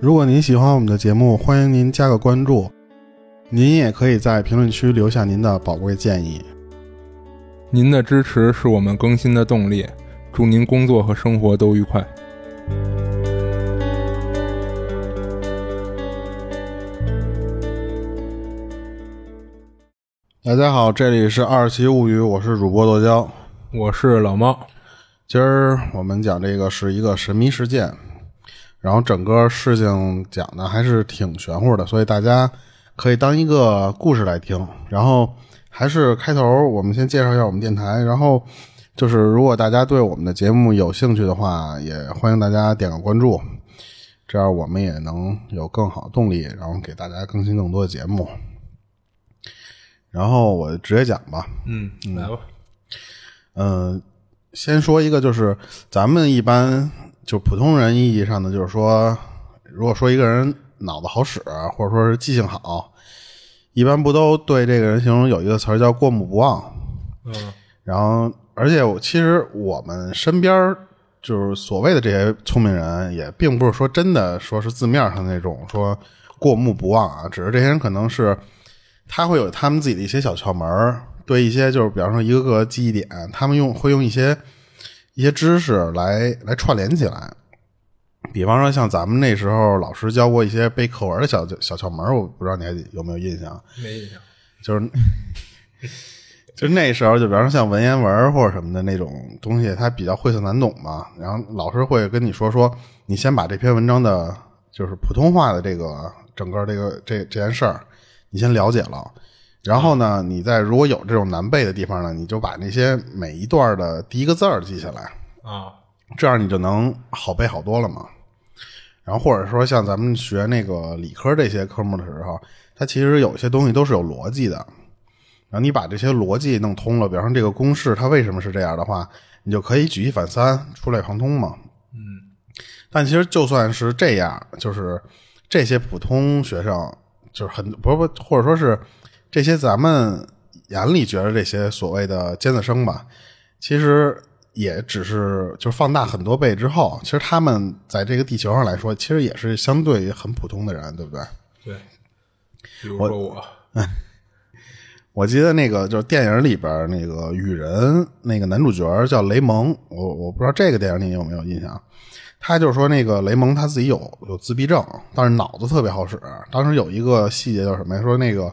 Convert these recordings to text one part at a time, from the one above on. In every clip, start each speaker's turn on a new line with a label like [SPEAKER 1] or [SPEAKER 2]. [SPEAKER 1] 如果您喜欢我们的节目，欢迎您加个关注。您也可以在评论区留下您的宝贵建议。
[SPEAKER 2] 您的支持是我们更新的动力。祝您工作和生活都愉快。
[SPEAKER 1] 大家好，这里是《二期物语》，我是主播剁椒。
[SPEAKER 2] 我是老猫，
[SPEAKER 1] 今儿我们讲这个是一个神秘事件，然后整个事情讲的还是挺玄乎的，所以大家可以当一个故事来听。然后还是开头，我们先介绍一下我们电台。然后就是，如果大家对我们的节目有兴趣的话，也欢迎大家点个关注，这样我们也能有更好的动力，然后给大家更新更多的节目。然后我直接讲吧，
[SPEAKER 2] 嗯，来吧，
[SPEAKER 1] 嗯，先说一个，就是咱们一般就普通人意义上的，就是说，如果说一个人脑子好使，或者说是记性好，一般不都对这个人形容有一个词儿叫过目不忘。
[SPEAKER 2] 嗯，
[SPEAKER 1] 然后，而且我其实我们身边儿就是所谓的这些聪明人，也并不是说真的说是字面上那种说过目不忘啊，只是这些人可能是他会有他们自己的一些小窍门儿，对一些就是比方说一个个记忆点，他们用会用一些一些知识来来串联起来。比方说，像咱们那时候老师教过一些背课文的小小窍门儿，我不知道你还有没有印象？啊
[SPEAKER 2] 没印象。
[SPEAKER 1] 就是就是那时候，就比方说像文言文儿或者什么的那种东西，它比较晦涩难懂嘛。然后老师会跟你说说，你先把这篇文章的，就是普通话的这个整个这个这这件事儿，你先了解了。然后呢，你再如果有这种难背的地方呢，你就把那些每一段的第一个字儿记下来。
[SPEAKER 2] 啊，
[SPEAKER 1] 这样你就能好背好多了嘛。然后或者说像咱们学那个理科这些科目的时候，它其实有些东西都是有逻辑的。然后你把这些逻辑弄通了，比方说这个公式它为什么是这样的话，你就可以举一反三，触类旁通嘛。
[SPEAKER 2] 嗯，
[SPEAKER 1] 但其实就算是这样，就是这些普通学生，就是很不不，或者说是这些咱们眼里觉得这些所谓的尖子生吧，其实也只是就是放大很多倍之后，其实他们在这个地球上来说，其实也是相对很普通的人，对不对？
[SPEAKER 2] 对，比如说我，
[SPEAKER 1] 我记得那个就是电影里边那个雨人那个男主角叫雷蒙，我我不知道这个电影你有没有印象？他就是说那个雷蒙他自己有有自闭症，但是脑子特别好使。当时有一个细节叫什么呀？说那个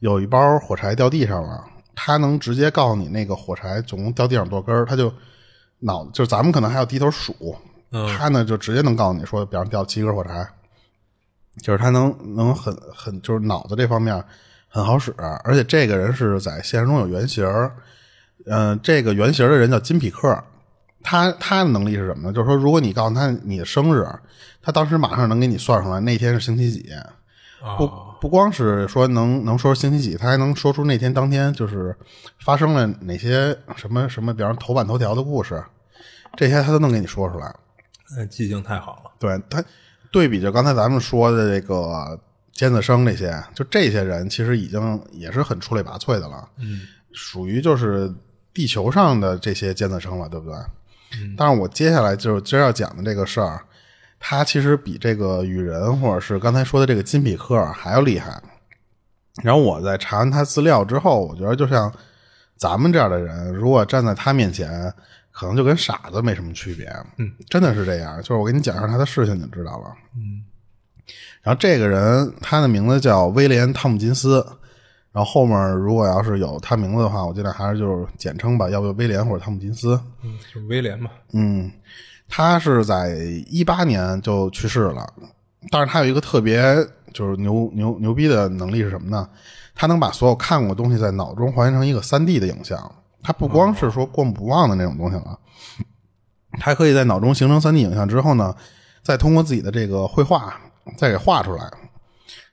[SPEAKER 1] 有一包火柴掉地上了，他能直接告诉你那个火柴总共掉地上多根儿，他就脑就是咱们可能还要低头数，
[SPEAKER 2] 嗯
[SPEAKER 1] 他呢就直接能告诉你说，比方掉七根火柴，就是他能能很很就是脑子这方面很好使，而且这个人是在现实中有原型儿，嗯、这个原型儿的人叫金匹克，他他的能力是什么呢？就是说，如果你告诉他你的生日，他当时马上能给你算出来那天是星期几，不
[SPEAKER 2] 啊，
[SPEAKER 1] 不光是说能能说是星期几，他还能说出那天当天就是发生了哪些什么什么，比方头版头条的故事，这些他都能给你说出来。
[SPEAKER 2] 哎记性太好了。
[SPEAKER 1] 对他对比着刚才咱们说的这个尖子生这些，就这些人其实已经也是很出类拔萃的了，
[SPEAKER 2] 嗯，
[SPEAKER 1] 属于就是地球上的这些尖子生了，对不对？但是我接下来就是今儿要讲的这个事儿，它其实比这个雨人或者是刚才说的这个金匹克还要厉害。然后我在查完他资料之后，我觉得就像咱们这样的人，如果站在他面前，可能就跟傻子没什么区别。
[SPEAKER 2] 嗯，
[SPEAKER 1] 真的是这样。就是我给你讲一下他的事情，你就知道了。
[SPEAKER 2] 嗯，
[SPEAKER 1] 然后这个人他的名字叫威廉·汤姆金斯。然后后面如果要是有他名字的话，我尽量还是就是简称吧，要不就威廉或者汤姆金斯。
[SPEAKER 2] 嗯，就威廉吧。
[SPEAKER 1] 嗯，他是在一八年就去世了，但是他有一个特别就是牛牛牛逼的能力是什么呢？他能把所有看过的东西在脑中还原成一个三 D 的影像。他不光是说过目不忘的那种东西了，他可以在脑中形成三 D 影像之后呢，再通过自己的这个绘画再给画出来。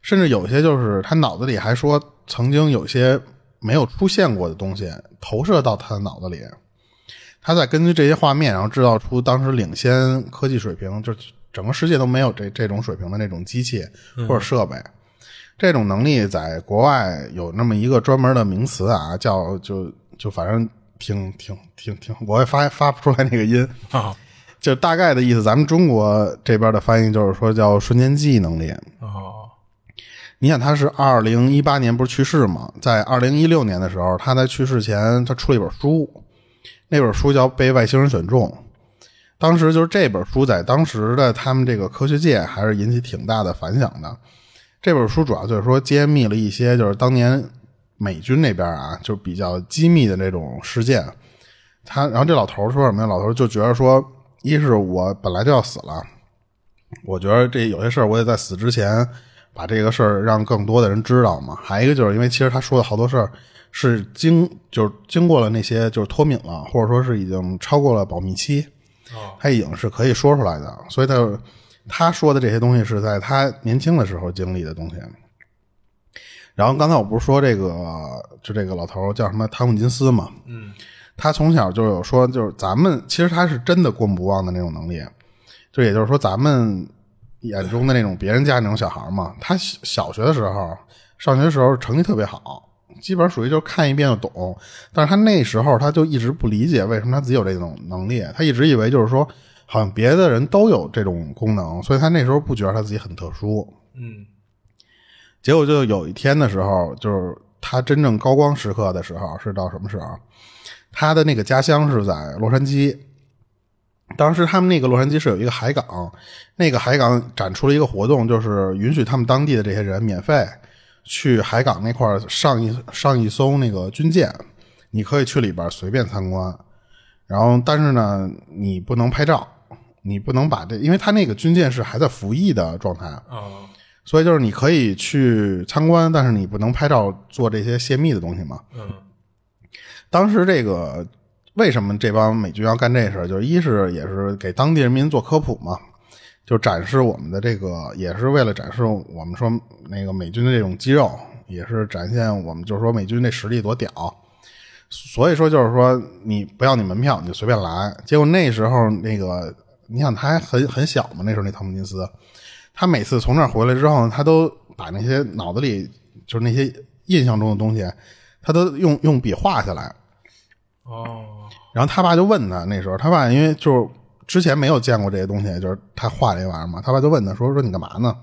[SPEAKER 1] 甚至有些就是他脑子里还说曾经有些没有出现过的东西投射到他的脑子里，他在根据这些画面，然后制造出当时领先科技水平，就是整个世界都没有这这种水平的那种机器或者设备。这种能力在国外有那么一个专门的名词啊，叫就就反正挺挺挺挺，我也发发不出来那个音，
[SPEAKER 2] 啊
[SPEAKER 1] 就大概的意思。咱们中国这边的翻译就是说叫瞬间记忆能力。
[SPEAKER 2] 哦
[SPEAKER 1] 你想，他是二零一八年不是去世吗？在二零一六年的时候，他在去世前，他出了一本书，那本书叫《被外星人选中》。当时就是这本书在当时的他们这个科学界还是引起挺大的反响的。这本书主要就是说揭秘了一些就是当年美军那边啊，就是比较机密的那种事件。他然后这老头儿说什么呀？老头儿就觉得说，一是我本来就要死了，我觉得这有些事儿我得在死之前把这个事儿让更多的人知道嘛。还有一个就是因为其实他说的好多事儿是经就是经过了那些就是脱敏了，或者说是已经超过了保密期，他已经是可以说出来的。所以他他说的这些东西是在他年轻的时候经历的东西。然后刚才我不是说这个就这个老头儿叫什么汤姆金斯嘛？嗯，他从小就有说，就是咱们其实他是真的过目不忘的那种能力。就也就是说，咱们眼中的那种别人家那种小孩嘛，他小小学的时候、上学的时候成绩特别好，基本上属于就是看一遍就懂。但是他那时候他就一直不理解为什么他自己有这种能力，他一直以为就是说好像别的人都有这种功能，所以他那时候不觉得他自己很特殊。
[SPEAKER 2] 嗯
[SPEAKER 1] 结果就有一天的时候，就是他真正高光时刻的时候是到什么时候？他的那个家乡是在洛杉矶，当时他们那个洛杉矶是有一个海港，那个海港展出了一个活动，就是允许他们当地的这些人免费去海港那块儿上一上一艘那个军舰，你可以去里边随便参观，然后但是呢，你不能拍照，你不能把这，因为他那个军舰是还在服役的状态，
[SPEAKER 2] 哦
[SPEAKER 1] 所以就是你可以去参观，但是你不能拍照做这些泄密的东西嘛。
[SPEAKER 2] 嗯
[SPEAKER 1] 当时这个为什么这帮美军要干这事儿，就是一是也是给当地人民做科普嘛，就展示我们的这个，也是为了展示我们说那个美军的这种肌肉，也是展现我们就是说美军这实力多屌。所以说就是说你不要你门票你就随便来。结果那时候那个你想他还很很小嘛，那时候那汤姆金斯，他每次从那儿回来之后，他都把那些脑子里就是那些印象中的东西，他都用用笔画下来。
[SPEAKER 2] 哦
[SPEAKER 1] 然后他爸就问他，那时候他爸因为就是之前没有见过这些东西，就是他画这玩意儿嘛，他爸就问他说说你干嘛呢？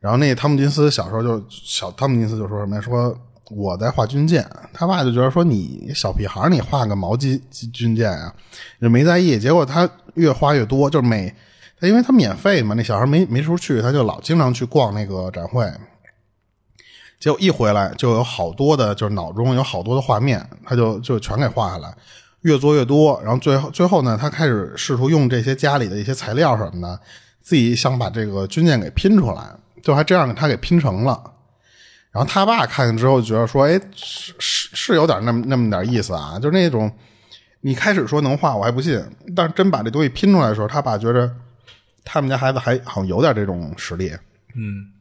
[SPEAKER 1] 然后那汤姆金斯小时候就小汤姆金斯就说什么呀？说我在画军舰。他爸就觉得说你小屁孩儿你画个毛鸡鸡军舰啊，就没在意。结果他越画越多，就是每他因为他免费嘛，那小孩没没处去，他就老经常去逛那个展会。结果一回来就有好多的，就是脑中有好多的画面，他就就全给画下来，越做越多。然后最后最后呢，他开始试图用这些家里的一些材料什么的，自己想把这个军舰给拼出来，就还这样给他给拼成了。然后他爸看见之后觉得说，哎，是是是有点那么那么点意思啊，就是那种你开始说能画我还不信，但是真把这东西拼出来的时候，他爸觉着他们家孩子还好像有点这种实力。
[SPEAKER 2] 嗯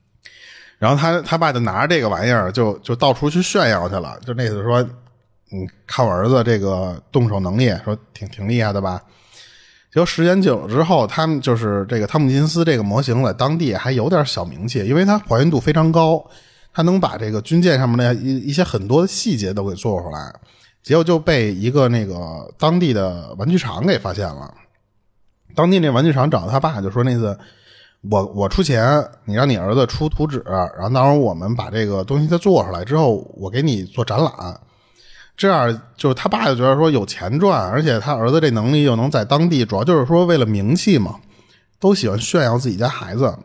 [SPEAKER 1] 然后他他爸就拿着这个玩意儿就就到处去炫耀去了，就那次说，嗯，看我儿子这个动手能力，说挺挺厉害的吧。结果时间久了之后，他们就是这个汤姆金斯这个模型在当地还有点小名气，因为它还原度非常高，它能把这个军舰上面的一一些很多的细节都给做出来。结果就被一个那个当地的玩具厂给发现了。当地那玩具厂找他爸，就说那次我我出钱，你让你儿子出图纸，然后到时候我们把这个东西再做出来之后，我给你做展览。这样就是他爸就觉得说有钱赚，而且他儿子这能力又能在当地，主要就是说为了名气嘛，都喜欢炫耀自己家孩子，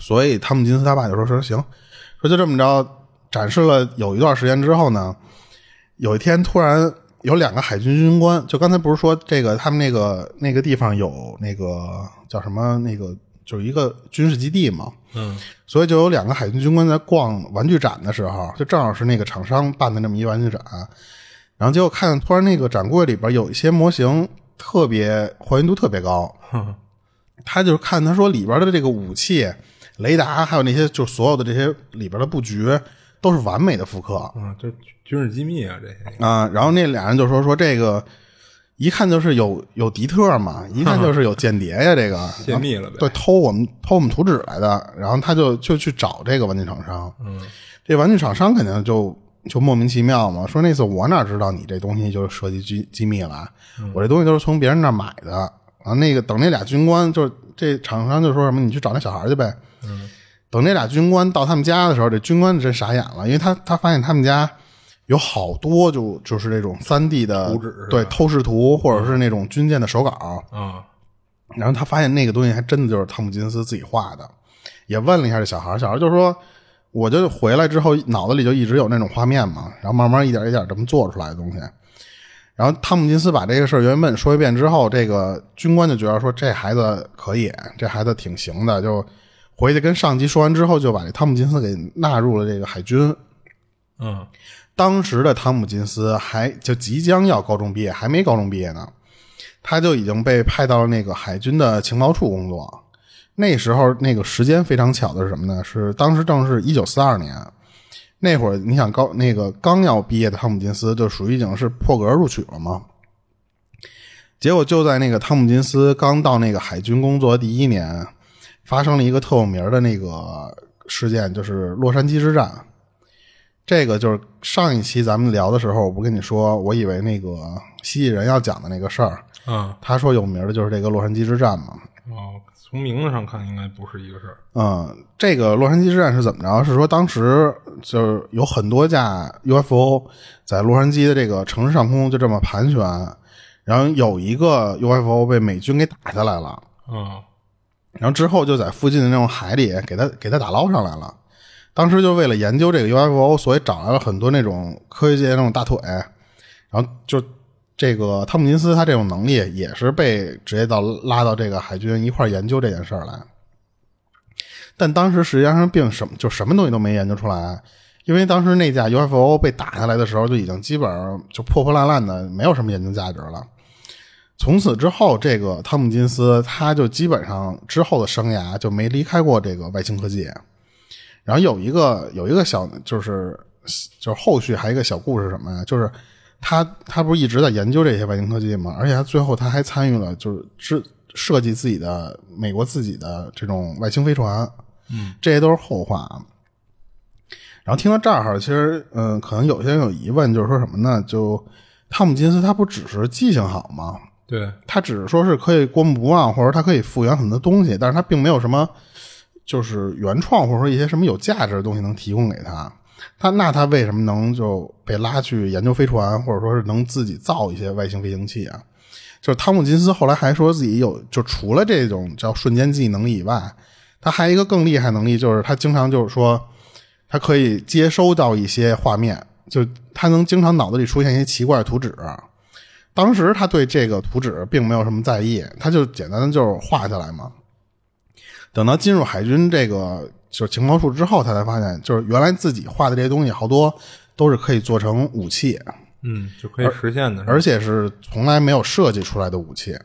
[SPEAKER 1] 所以汤姆金斯他爸就说说行，说就这么着展示了有一段时间之后呢，有一天突然有两个海军军官，就刚才不是说这个他们那个那个地方有那个叫什么那个就是一个军事基地嘛，
[SPEAKER 2] 嗯
[SPEAKER 1] 所以就有两个海军军官在逛玩具展的时候，就正好是那个厂商办的那么一玩具展，然后结果看突然那个展柜里边有一些模型特别还原度特别高，
[SPEAKER 2] 哼
[SPEAKER 1] 他就是看他说里边的这个武器、雷达，还有那些就是所有的这些里边的布局都是完美的复刻，
[SPEAKER 2] 啊，这军事机密啊，这些
[SPEAKER 1] 啊，然后那俩人就说说这个，一看就是有有敌特嘛，一看就是有间谍呀，这个
[SPEAKER 2] 泄密了呗
[SPEAKER 1] 对，偷我们偷我们图纸来的。然后他就就去找这个玩具厂商，嗯，这玩具厂商肯定就就莫名其妙嘛，说那次我哪知道你这东西就是涉及机机密了啊，
[SPEAKER 2] 嗯
[SPEAKER 1] 我这东西都是从别人那儿买的。然后那个等那俩军官，就是这厂商就说什么你去找那小孩去呗。
[SPEAKER 2] 嗯
[SPEAKER 1] 等那俩军官到他们家的时候，这军官真傻眼了，因为他他发现他们家有好多就就是这种三 D 的
[SPEAKER 2] 图纸是吧
[SPEAKER 1] 对透视图或者是那种军舰的手稿，
[SPEAKER 2] 啊，
[SPEAKER 1] 然后他发现那个东西还真的就是汤姆金斯自己画的，也问了一下这小孩儿，小孩儿就说，我就回来之后脑子里就一直有那种画面嘛，然后慢慢一点一点这么做出来的东西。然后汤姆金斯把这个事儿原本说一遍之后，这个军官就觉得说这孩子可以，这孩子挺行的，就回去跟上级说完之后，就把这汤姆金斯给纳入了这个海军。
[SPEAKER 2] 嗯
[SPEAKER 1] 当时的汤姆金斯还就即将要高中毕业，还没高中毕业呢，他就已经被派到了那个海军的情报处工作。那时候那个时间非常巧的是什么呢？是当时正是一九四二年，那会儿你想高那个刚要毕业的汤姆金斯就属于已经是破格录取了嘛。结果就在那个汤姆金斯刚到那个海军工作第一年，发生了一个特有名儿的那个事件，就是洛杉矶之战。这个就是上一期咱们聊的时候，我不跟你说，我以为那个蜥蜴人要讲的那个事儿，
[SPEAKER 2] 啊
[SPEAKER 1] 他说有名的就是这个洛杉矶之战嘛。
[SPEAKER 2] 哦，从名字上看应该不是一个事儿。
[SPEAKER 1] 嗯，这个洛杉矶之战是怎么着？是说当时就是有很多架 UFO 在洛杉矶的这个城市上空就这么盘旋，然后有一个 UFO 被美军给打下来了，
[SPEAKER 2] 啊
[SPEAKER 1] 然后之后就在附近的那种海里给它给它打捞上来了。当时就为了研究这个 UFO，所以找来了很多那种科学界那种大腿，然后就这个汤姆金斯他这种能力也是被直接到拉到这个海军一块儿研究这件事儿来。但当时实际上并什么就什么东西都没研究出来，因为当时那架 UFO 被打下来的时候就已经基本上就破破烂烂的，没有什么研究价值了。从此之后，这个汤姆金斯他就基本上之后的生涯就没离开过这个外星科技。然后有一个有一个小就是就是后续还有一个小故事是什么呀？就是他他不是一直在研究这些外星科技吗？而且他最后他还参与了就是制设计自己的美国自己的这种外星飞船。嗯，这些都是后话。啊。然后听到这儿，其实嗯，可能有些人有疑问，就是说什么呢？就汤姆金斯他不只是记性好吗？
[SPEAKER 2] 对，
[SPEAKER 1] 他只是说是可以过目不忘，或者他可以复原很多东西，但是他并没有什么就是原创或者说一些什么有价值的东西能提供给他。他那他为什么能就被拉去研究飞船，或者说是能自己造一些外星飞行器啊？就是汤姆金斯后来还说自己有，就除了这种叫瞬间记忆能力以外，他还有一个更厉害能力，就是他经常就是说他可以接收到一些画面，就他能经常脑子里出现一些奇怪的图纸。当时他对这个图纸并没有什么在意，他就简单的就是画下来嘛。等到进入海军这个就是情报处之后，他才发现，就是原来自己画的这些东西好多都是可以做成武器，
[SPEAKER 2] 嗯，就可以实现的。
[SPEAKER 1] 而且是从来没有设计出来的武器。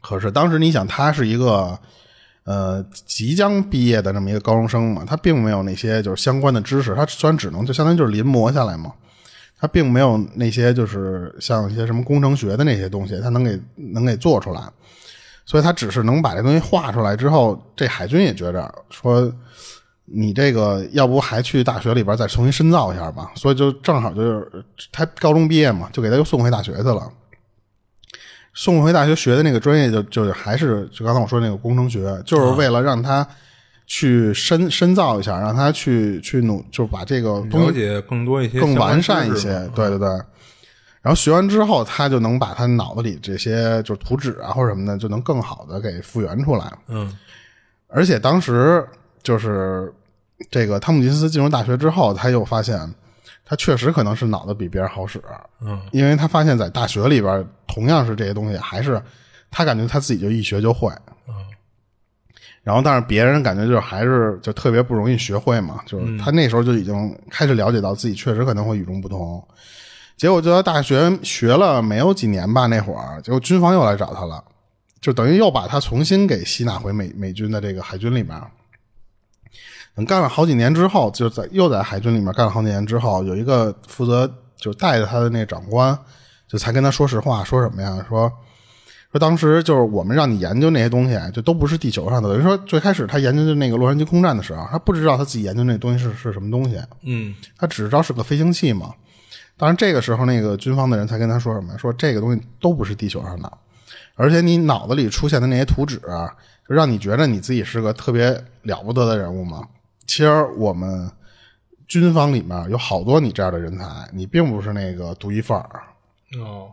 [SPEAKER 1] 可是当时你想，他是一个呃即将毕业的这么一个高中生嘛，他并没有那些就是相关的知识，他虽然只能就相当于就是临摹下来嘛，他并没有那些就是像一些什么工程学的那些东西，他能给能给做出来。所以他只是能把这东西画出来之后，这海军也觉着说，你这个要不还去大学里边再重新深造一下吧。所以就正好就是他高中毕业嘛，就给他又送回大学去了。送回大学学的那个专业就就是还是就刚才我说那个工程学，就是为了让他去深深造一下，让他去去努，就是把这个东西
[SPEAKER 2] 了解更多一些，
[SPEAKER 1] 更完善一些。。对对对。然后学完之后，他就能把他脑子里这些就是图纸啊或者什么的，就能更好的给复原出来。
[SPEAKER 2] 嗯
[SPEAKER 1] 而且当时就是这个汤姆金斯进入大学之后，他又发现他确实可能是脑子比别人好使，
[SPEAKER 2] 嗯，
[SPEAKER 1] 因为他发现在大学里边同样是这些东西，还是他感觉他自己就一学就会，嗯，然后但是别人感觉就是还是就特别不容易学会嘛，就是他那时候就已经开始了解到自己确实可能会与众不同。结果就到大学学了没有几年吧，那会儿结果军方又来找他了，就等于又把他重新给吸纳回美美军的这个海军里面。等干了好几年之后，就在又在海军里面干了好几年之后，有一个负责就是带着他的那长官，就才跟他说实话，说什么呀？说说当时就是我们让你研究那些东西，就都不是地球上的。等于说最开始他研究的那个洛杉矶空战的时候，他不知道他自己研究那东西是是什么东西，
[SPEAKER 2] 嗯，
[SPEAKER 1] 他只知道是个飞行器嘛。当然这个时候那个军方的人才跟他说什么，说这个东西都不是地球上的，而且你脑子里出现的那些图纸、啊，就让你觉得你自己是个特别了不得的人物嘛。其实我们军方里面有好多你这样的人才，你并不是那个独一份儿。
[SPEAKER 2] 哦，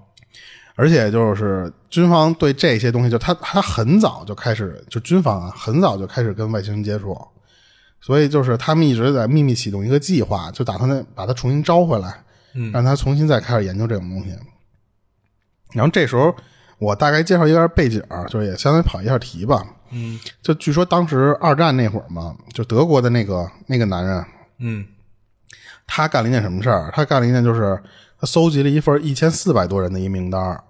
[SPEAKER 1] 而且就是军方对这些东西，就他他很早就开始，就军方啊，很早就开始跟外星人接触，所以就是他们一直在秘密启动一个计划，就打算再把它重新招回来，
[SPEAKER 2] 嗯
[SPEAKER 1] 让他重新再开始研究这种东西。然后这时候我大概介绍一下背景，就是也相当于跑一下题吧。
[SPEAKER 2] 嗯
[SPEAKER 1] 就据说当时二战那会儿嘛，就德国的那个那个男人，
[SPEAKER 2] 嗯，
[SPEAKER 1] 他干了一件什么事儿？他干了一件就是他搜集了一份一千四百多人的一名单儿，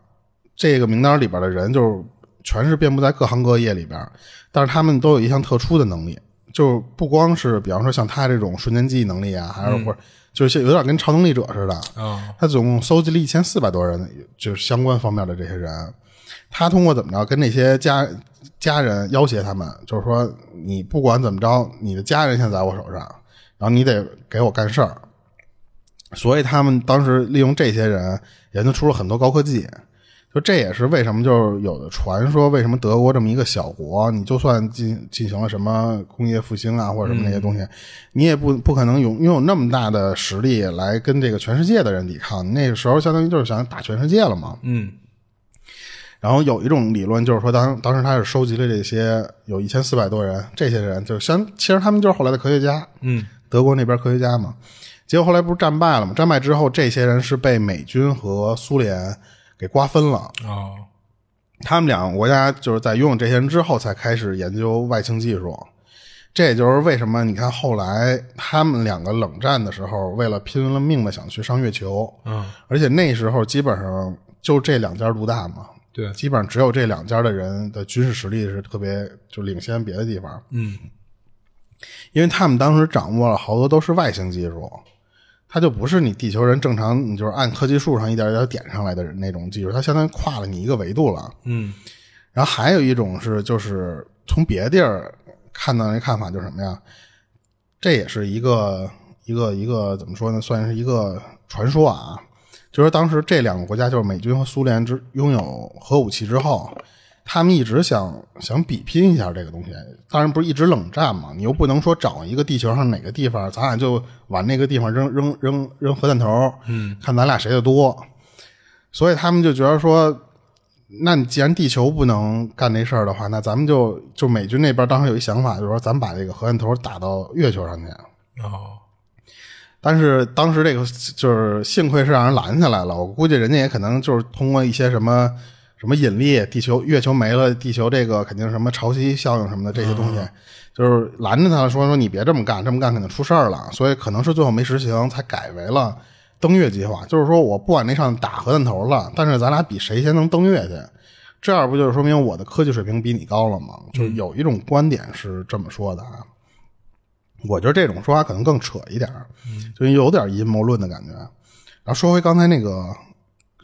[SPEAKER 1] 这个名单里边的人就是全是遍布在各行各业里边儿，但是他们都有一项特殊的能力，就不光是比方说像他这种瞬间记忆能力啊，还是或者就是有点跟超能力者似的。
[SPEAKER 2] 哦，
[SPEAKER 1] 他总共搜集了一千四百多人，就是相关方面的这些人。他通过怎么着跟那些家家人要挟他们，就是说你不管怎么着，你的家人现在在我手上，然后你得给我干事儿。所以他们当时利用这些人研究出了很多高科技。就这也是为什么就是有的传说，为什么德国这么一个小国，你就算进进行了什么工业复兴啊，或者什么那些东西，你也不不可能拥拥有那么大的实力来跟这个全世界的人抵抗。那个时候相当于就是想打全世界了嘛。
[SPEAKER 2] 嗯
[SPEAKER 1] 然后有一种理论就是说当，当时他是收集了这些有一千四百多人，这些人就是相，其实他们就是后来的科学家，
[SPEAKER 2] 嗯
[SPEAKER 1] 德国那边科学家嘛。结果后来不是战败了嘛？战败之后，这些人是被美军和苏联给瓜分了。
[SPEAKER 2] 哦，
[SPEAKER 1] 他们两个国家就是在拥有这些人之后，才开始研究外星技术。这也就是为什么你看后来他们两个冷战的时候，为了拼了命的想去上月球，
[SPEAKER 2] 嗯，
[SPEAKER 1] 而且那时候基本上就这两家独大嘛，
[SPEAKER 2] 对，
[SPEAKER 1] 基本上只有这两家的人的军事实力是特别就领先别的地方，
[SPEAKER 2] 嗯
[SPEAKER 1] 因为他们当时掌握了好多都是外星技术，它就不是你地球人正常，你就是按科技树上一点一点点上来的那种技术，它相当于跨了你一个维度了。
[SPEAKER 2] 嗯
[SPEAKER 1] 然后还有一种是，就是从别地儿看到那看法就是什么呀？这也是一个一个一个怎么说呢？算是一个传说啊。就说当时这两个国家，就是美军和苏联之拥有核武器之后，他们一直想想比拼一下这个东西。当然不是一直冷战嘛，你又不能说找一个地球上哪个地方，咱俩就往那个地方扔扔扔扔核弹头，
[SPEAKER 2] 嗯，
[SPEAKER 1] 看咱俩谁的多。所以他们就觉得说，那你既然地球不能干这事儿的话，那咱们就就美军那边当时有一想法，就是说咱们把这个核弹头打到月球上去。
[SPEAKER 2] 哦，
[SPEAKER 1] 但是当时这个就是幸亏是让人拦下来了，我估计人家也可能就是通过一些什么什么引力，地球月球没了，地球这个肯定是什么潮汐效应什么的这些东西，就是拦着他了，说说你别这么干，这么干肯定出事儿了，所以可能是最后没实行，才改为了登月计划，就是说我不往那上打核弹头了，但是咱俩比谁先能登月去。这样不就是说明我的科技水平比你高了吗？就是有一种观点是这么说的啊，我觉得这种说法可能更扯一点儿，就有点阴谋论的感觉。然后说回刚才那个，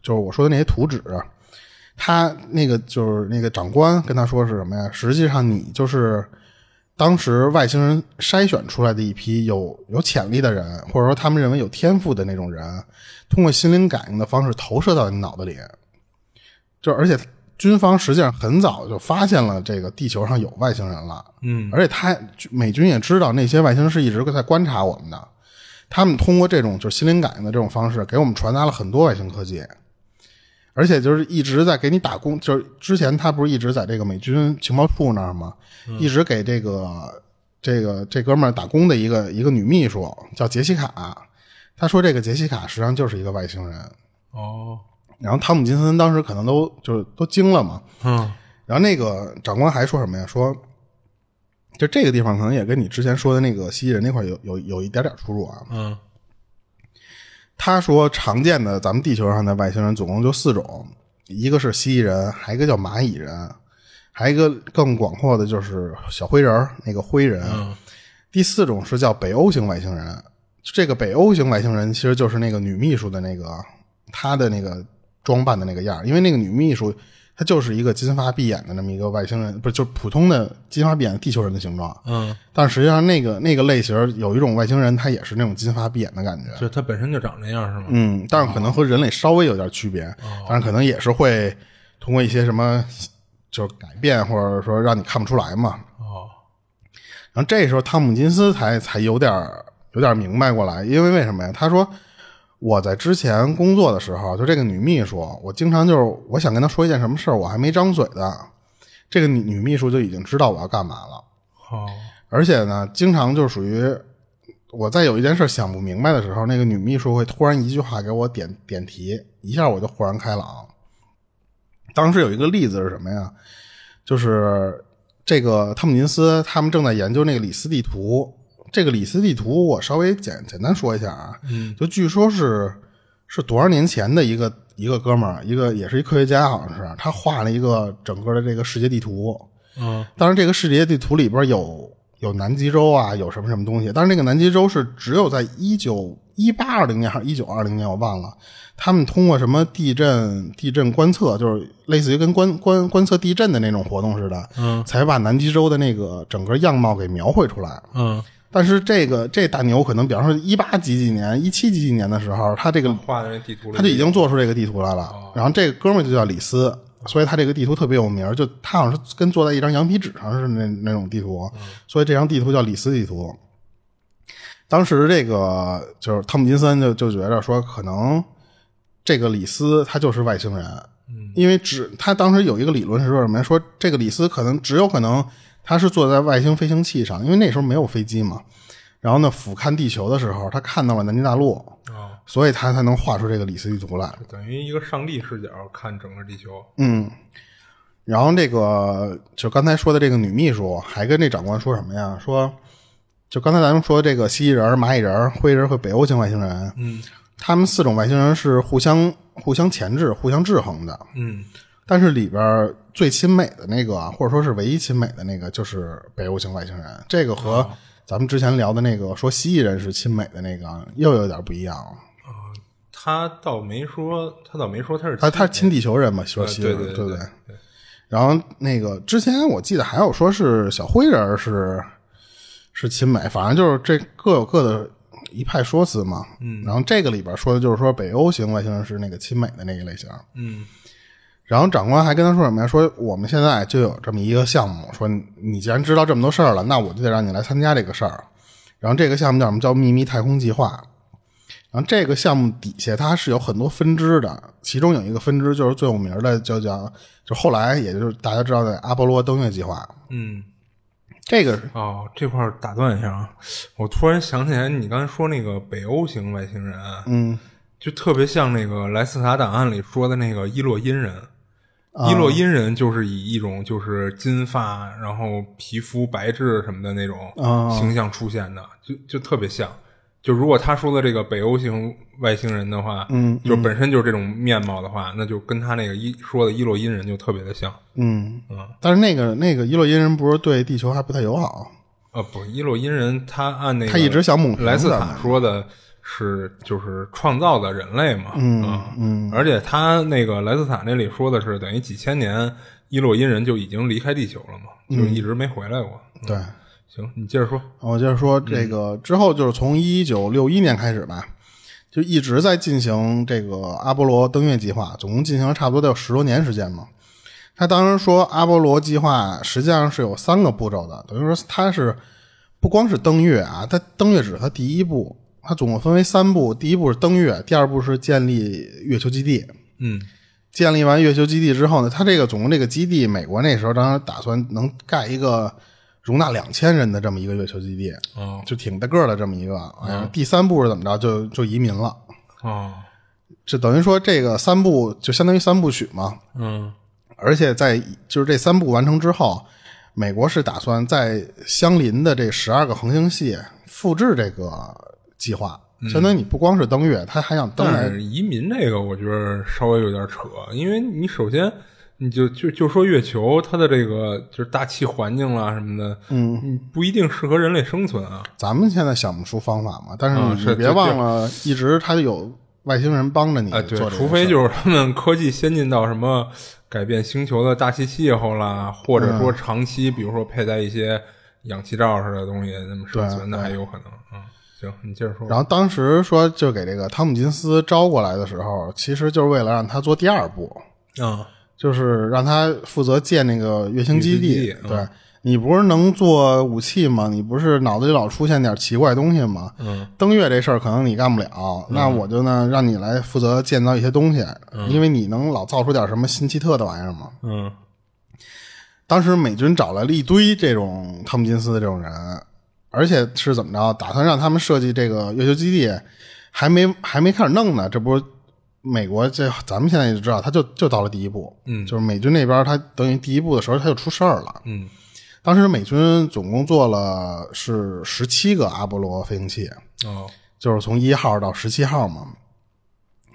[SPEAKER 1] 就是我说的那些图纸，他那个就是那个长官跟他说是什么呀？实际上你就是当时外星人筛选出来的一批有有潜力的人，或者说他们认为有天赋的那种人，通过心灵感应的方式投射到你脑子里。就而且军方实际上很早就发现了这个地球上有外星人了，
[SPEAKER 2] 嗯
[SPEAKER 1] 而且他美军也知道那些外星人是一直在观察我们的，他们通过这种就是心灵感应的这种方式，给我们传达了很多外星科技，而且就是一直在给你打工，就是之前他不是一直在这个美军情报处那儿吗？一直给这个这个这哥们儿打工的一个一个女秘书叫杰西卡，她说这个杰西卡实际上就是一个外星人，
[SPEAKER 2] 哦，
[SPEAKER 1] 然后汤姆金森当时可能都就是都惊了嘛，
[SPEAKER 2] 嗯
[SPEAKER 1] 然后那个长官还说什么呀？说，就这个地方可能也跟你之前说的那个蜥蜴人那块有有有一点点出入啊。
[SPEAKER 2] 嗯
[SPEAKER 1] 他说常见的咱们地球上的外星人总共就四种，一个是蜥蜴人，还有一个叫蚂蚁人，还有一个更广阔的就是小灰人儿那个灰人。
[SPEAKER 2] 嗯
[SPEAKER 1] 第四种是叫北欧型外星人，这个北欧型外星人其实就是那个女秘书的那个她的那个装扮的那个样儿因为那个女秘书它就是一个金发碧眼的那么一个外星人，不是就是普通的金发碧眼的地球人的形状。
[SPEAKER 2] 嗯，
[SPEAKER 1] 但实际上，那个那个类型儿有一种外星人，他也是那种金发碧眼的感觉。
[SPEAKER 2] 就它本身就长那样是吗？
[SPEAKER 1] 嗯，但是可能和人类稍微有点区别，但是可能也是会通过一些什么就是改变，或者说让你看不出来嘛。
[SPEAKER 2] 哦，
[SPEAKER 1] 然后这时候汤姆金斯才才有点儿有点儿明白过来，因为为什么呀？他说我在之前工作的时候，就这个女秘书，我经常就是我想跟她说一件什么事儿，我还没张嘴的，这个女女秘书就已经知道我要干嘛了，
[SPEAKER 2] 哦，
[SPEAKER 1] 而且呢，经常就属于。我在有一件事想不明白的时候，那个女秘书会突然一句话给我点点题，一下我就豁然开朗。当时有一个例子是什么呀？就是这个汤姆金斯他们正在研究那个里斯地图。这个里斯地图我稍微简简单说一下啊，
[SPEAKER 2] 嗯，
[SPEAKER 1] 就据说是是多少年前的一个一个哥们儿，一个也是一科学家，好像是他画了一个整个的这个世界地图。
[SPEAKER 2] 嗯，
[SPEAKER 1] 当然，这个世界地图里边有有南极洲啊，有什么什么东西。但是那个南极洲是只有在一九一八二零年还是一九二零年，我忘了。他们通过什么地震地震观测，就是类似于跟观观观测地震的那种活动似的，
[SPEAKER 2] 嗯，
[SPEAKER 1] 才把南极洲的那个整个样貌给描绘出来。
[SPEAKER 2] 嗯，
[SPEAKER 1] 但是这个这大牛可能，比方说一八几几年、一七几几年的时候，他这个
[SPEAKER 2] 画的那地图里，
[SPEAKER 1] 他就已经做出这个地图来了。然后这个哥们儿就叫李斯，所以他这个地图特别有名儿，就他好像是跟坐在一张羊皮纸上是那那种地图，所以这张地图叫李斯地图。当时这个就是汤姆金森就就觉着说，可能这个李斯他就是外星人，因为只他当时有一个理论是说什么呀？说这个李斯可能只有可能他是坐在外星飞行器上，因为那时候没有飞机嘛。然后呢，俯瞰地球的时候，他看到了南极大陆，
[SPEAKER 2] 啊，
[SPEAKER 1] 所以他才能画出这个李斯地图来。
[SPEAKER 2] 就等于一个上帝视角看整个地球，
[SPEAKER 1] 嗯，然后这个就刚才说的这个女秘书还跟这长官说什么呀？说就刚才咱们说这个蜥蜴人、蚂蚁人、灰人和北欧型外星人，
[SPEAKER 2] 嗯
[SPEAKER 1] 他们四种外星人是互相互相钳制、互相制衡的。
[SPEAKER 2] 嗯，
[SPEAKER 1] 但是里边最亲美的那个啊，或者说是唯一亲美的那个，就是北欧型外星人。这个和咱们之前聊的那个说蜥蜴人是亲美的那个啊又有点不一样。
[SPEAKER 2] 他倒没说，他倒没说他是
[SPEAKER 1] 他他是
[SPEAKER 2] 亲
[SPEAKER 1] 亲地球人嘛，说
[SPEAKER 2] 呃
[SPEAKER 1] 蜥蜴人
[SPEAKER 2] 对对
[SPEAKER 1] 不
[SPEAKER 2] 对
[SPEAKER 1] 对？然后那个之前我记得还有说是小灰人儿是是亲美，反正就是这各有各的一派说辞嘛。嗯，然后这个里边说的就是说北欧型外星人是那个亲美的那一类型。
[SPEAKER 2] 嗯
[SPEAKER 1] 然后长官还跟他说什么呀？说我们现在就有这么一个项目，说你你既然知道这么多事儿了，那我就得让你来参加这个事儿。然后这个项目叫什么？叫秘密太空计划。然后这个项目底下它是有很多分支的，其中有一个分支就是最有名的，就叫就后来也就是大家知道的阿波罗登月计划。
[SPEAKER 2] 嗯，
[SPEAKER 1] 这个
[SPEAKER 2] 哦，这块儿打断一下啊，我突然想起来，你刚才说那个北欧型外星人，
[SPEAKER 1] 嗯，
[SPEAKER 2] 就特别像那个《莱斯塔档案》里说的那个伊洛因人。
[SPEAKER 1] 啊
[SPEAKER 2] 伊洛因人就是以一种就是金发，然后皮肤白质什么的那种
[SPEAKER 1] 啊
[SPEAKER 2] 形象出现的，就就特别像。就如果他说的这个北欧型外星人的话，
[SPEAKER 1] 嗯
[SPEAKER 2] 就本身就是这种面貌的话，那就跟他那个伊说的伊洛因人就特别的像。
[SPEAKER 1] 嗯
[SPEAKER 2] 嗯，
[SPEAKER 1] 但是那个那个伊洛因人不是对地球还不太友好，
[SPEAKER 2] 啊，不，伊洛因人他按那个
[SPEAKER 1] 他一直想抹平
[SPEAKER 2] 莱斯
[SPEAKER 1] 咱
[SPEAKER 2] 塔
[SPEAKER 1] 们
[SPEAKER 2] 说的是就是创造的人类嘛，嗯嗯，而且他那个莱斯塔那里说的是等于几千年伊洛因人就已经离开地球了嘛，就一直没回来过。
[SPEAKER 1] 对。
[SPEAKER 2] 行，你接着说。
[SPEAKER 1] 我就是说，这个之后就是从一九六一年开始吧，就一直在进行这个阿波罗登月计划，总共进行了差不多得有十多年时间嘛。他当时说，阿波罗计划实际上是有三个步骤的，等于说它是不光是登月啊，它登月只是它第一步，它总共分为三步，第一步是登月，第二步是建立月球基地，
[SPEAKER 2] 嗯
[SPEAKER 1] 建立完月球基地之后呢，它这个总共这个基地，美国那时候当时打算能盖一个容纳两千人的这么一个月球基地，
[SPEAKER 2] 哦
[SPEAKER 1] 就挺大个儿的这么一个。哎
[SPEAKER 2] 嗯
[SPEAKER 1] 呀，第三步是怎么着？就就移民了。
[SPEAKER 2] 哦
[SPEAKER 1] 这等于说这个三步就相当于三部曲嘛。
[SPEAKER 2] 嗯
[SPEAKER 1] 而且在就是这三步完成之后，美国是打算在相邻的这十二个恒星系复制这个计划，
[SPEAKER 2] 嗯
[SPEAKER 1] 相当于你不光是登月，他还想登
[SPEAKER 2] 但
[SPEAKER 1] 来
[SPEAKER 2] 是移民这个，我觉得稍微有点扯，因为你首先你就就就说月球它的这个就是大气环境啦什么的，嗯，你不一定适合人类生存啊。
[SPEAKER 1] 咱们现在想不出方法嘛，但
[SPEAKER 2] 啊
[SPEAKER 1] 是你
[SPEAKER 2] 是
[SPEAKER 1] 你别
[SPEAKER 2] 对
[SPEAKER 1] 忘了，一直他有外星人帮着你
[SPEAKER 2] 啊，
[SPEAKER 1] 做
[SPEAKER 2] 对
[SPEAKER 1] 这，个
[SPEAKER 2] 除非
[SPEAKER 1] 事儿
[SPEAKER 2] 就是他们科技先进到什么改变星球的大气气候啦，或者
[SPEAKER 1] 嗯
[SPEAKER 2] 说长期，比如说佩戴一些氧气罩似的东西，那么生存的还有可能。嗯，行，你接着说。
[SPEAKER 1] 然后当时说就给这个汤姆金斯招过来的时候，其实就是为了让他做第二步，
[SPEAKER 2] 嗯，
[SPEAKER 1] 就是让他负责建那个月星基
[SPEAKER 2] 月
[SPEAKER 1] 地。
[SPEAKER 2] 星基地嗯
[SPEAKER 1] 对你不是能做武器吗？你不是脑子里老出现点奇怪东西吗？
[SPEAKER 2] 嗯，
[SPEAKER 1] 登月这事儿可能你干不了，那我就呢让你来负责建造一些东西，因为你能老造出点什么新奇特的玩意儿吗？
[SPEAKER 2] 嗯
[SPEAKER 1] 当时美军找来了一堆这种汤姆金斯的这种人，而且是怎么着，打算让他们设计这个月球基地，还没还没开始弄呢，这不美国这咱们现在就知道，他就就到了第一步，
[SPEAKER 2] 嗯
[SPEAKER 1] 就是美军那边他等于第一步的时候他就出事儿了。
[SPEAKER 2] 嗯
[SPEAKER 1] 当时美军总共做了是十七个阿波罗飞行器，
[SPEAKER 2] 哦
[SPEAKER 1] 就是从一号到十七号嘛。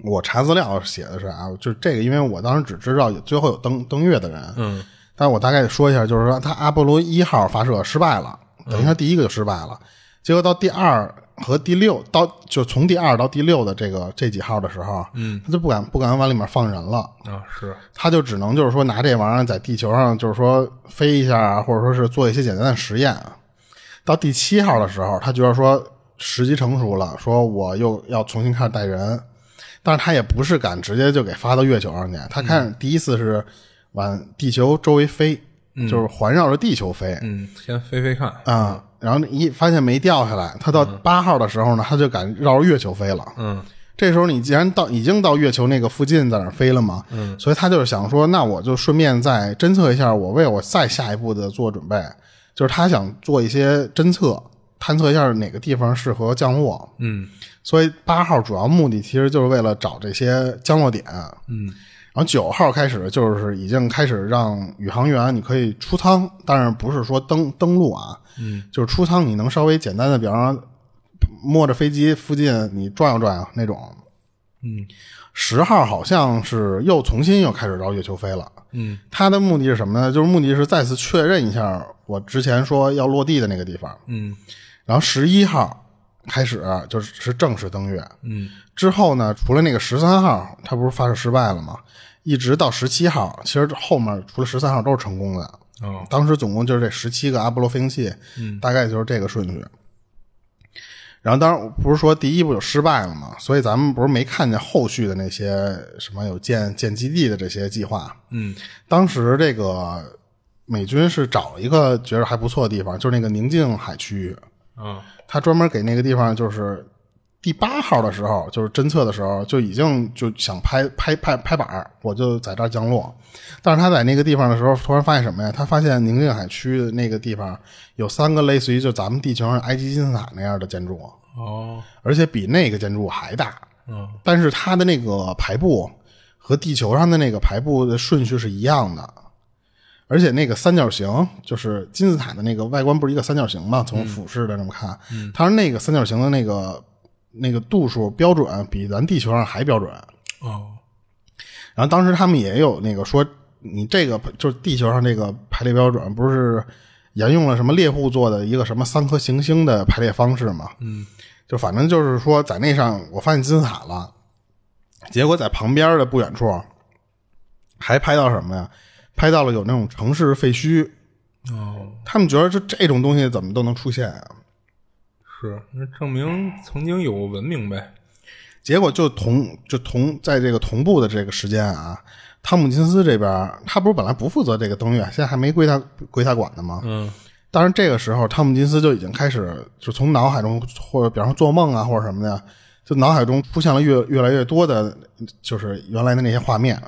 [SPEAKER 1] 我查资料写的是啊，就是这个，因为我当时只知道有最后有登登月的人，
[SPEAKER 2] 嗯
[SPEAKER 1] 但是我大概说一下，就是说它阿波罗一号发射失败了，等于它第一个就失败了。结果到第二和第六，到就从第二到第六的这个这几号的时候，
[SPEAKER 2] 嗯，
[SPEAKER 1] 他就不敢不敢往里面放人了，
[SPEAKER 2] 啊是
[SPEAKER 1] 他就只能就是说拿这玩意儿在地球上就是说飞一下啊，或者说是做一些简单的实验啊。到第七号的时候，他觉得说时机成熟了，说我又要重新开始带人，但是他也不是敢直接就给发到月球上去，他看第一次是往地球周围飞，就是环绕着地球飞，
[SPEAKER 2] 嗯，先飞飞看。
[SPEAKER 1] 啊、然后一发现没掉下来，他到八号的时候呢，他就敢绕着月球飞了。
[SPEAKER 2] 嗯
[SPEAKER 1] 这时候你既然到已经到月球那个附近在那儿飞了嘛，嗯，所以他就是想说，那我就顺便再侦测一下，我为我再下一步的做准备，就是他想做一些侦测，探测一下哪个地方适合降落。
[SPEAKER 2] 嗯
[SPEAKER 1] 所以八号主要目的其实就是为了找这些降落点，
[SPEAKER 2] 嗯
[SPEAKER 1] 然后九号开始就是已经开始让宇航员你可以出舱，当然不是说登登陆啊，
[SPEAKER 2] 嗯，
[SPEAKER 1] 就是出舱你能稍微简单的，比方说摸着飞机附近你转悠转悠那种。
[SPEAKER 2] 嗯
[SPEAKER 1] 十号好像是又重新又开始绕月球飞了，
[SPEAKER 2] 嗯
[SPEAKER 1] 它的目的是什么呢？就是目的是再次确认一下我之前说要落地的那个地方。
[SPEAKER 2] 嗯
[SPEAKER 1] 然后十一号开始就是是正式登月，
[SPEAKER 2] 嗯
[SPEAKER 1] 之后呢，除了那个十三号，它不是发射失败了吗？一直到十七号，其实后面除了十三号都是成功的。
[SPEAKER 2] 哦
[SPEAKER 1] 当时总共就是这十七个阿波罗飞行器，
[SPEAKER 2] 嗯
[SPEAKER 1] 大概就是这个顺序。然后，当然不是说第一步就失败了嘛，所以咱们不是没看见后续的那些什么有建建基地的这些计划。
[SPEAKER 2] 嗯
[SPEAKER 1] 当时这个美军是找了一个觉得还不错的地方，就是那个宁静海区域，
[SPEAKER 2] 啊
[SPEAKER 1] 他专门给那个地方就是第八号的时候，就是侦测的时候就已经就想拍拍拍拍板儿，我就在这儿降落。但是他在那个地方的时候，突然发现什么呀？他发现宁静海区的那个地方有三个类似于就咱们地球上埃及金字塔那样的建筑，
[SPEAKER 2] 哦
[SPEAKER 1] 而且比那个建筑还大。
[SPEAKER 2] 嗯
[SPEAKER 1] 但是它的那个排布和地球上的那个排布的顺序是一样的，而且那个三角形就是金字塔的那个外观不是一个三角形嘛？从俯视的这么看，它是那个三角形的那个那个度数标准比咱地球上还标准。
[SPEAKER 2] 哦
[SPEAKER 1] 然后当时他们也有那个说，你这个就是地球上这个排列标准不是沿用了什么猎户座的一个什么三颗行星的排列方式嘛？
[SPEAKER 2] 嗯
[SPEAKER 1] 就反正就是说，在那上我发现金字塔了，结果在旁边的不远处还拍到什么呀？拍到了有那种城市废墟，
[SPEAKER 2] 哦
[SPEAKER 1] 他们觉得这这种东西怎么都能出现、啊，
[SPEAKER 2] 是，那证明曾经有文明呗。
[SPEAKER 1] 结果就同就同在这个同步的这个时间啊，汤姆金斯这边他不是本来不负责这个登月，现在还没归他归他管的吗？
[SPEAKER 2] 嗯
[SPEAKER 1] 但是这个时候，汤姆金斯就已经开始就从脑海中或者比方说做梦啊或者什么的，就脑海中出现了越越来越多的，就是原来的那些画面。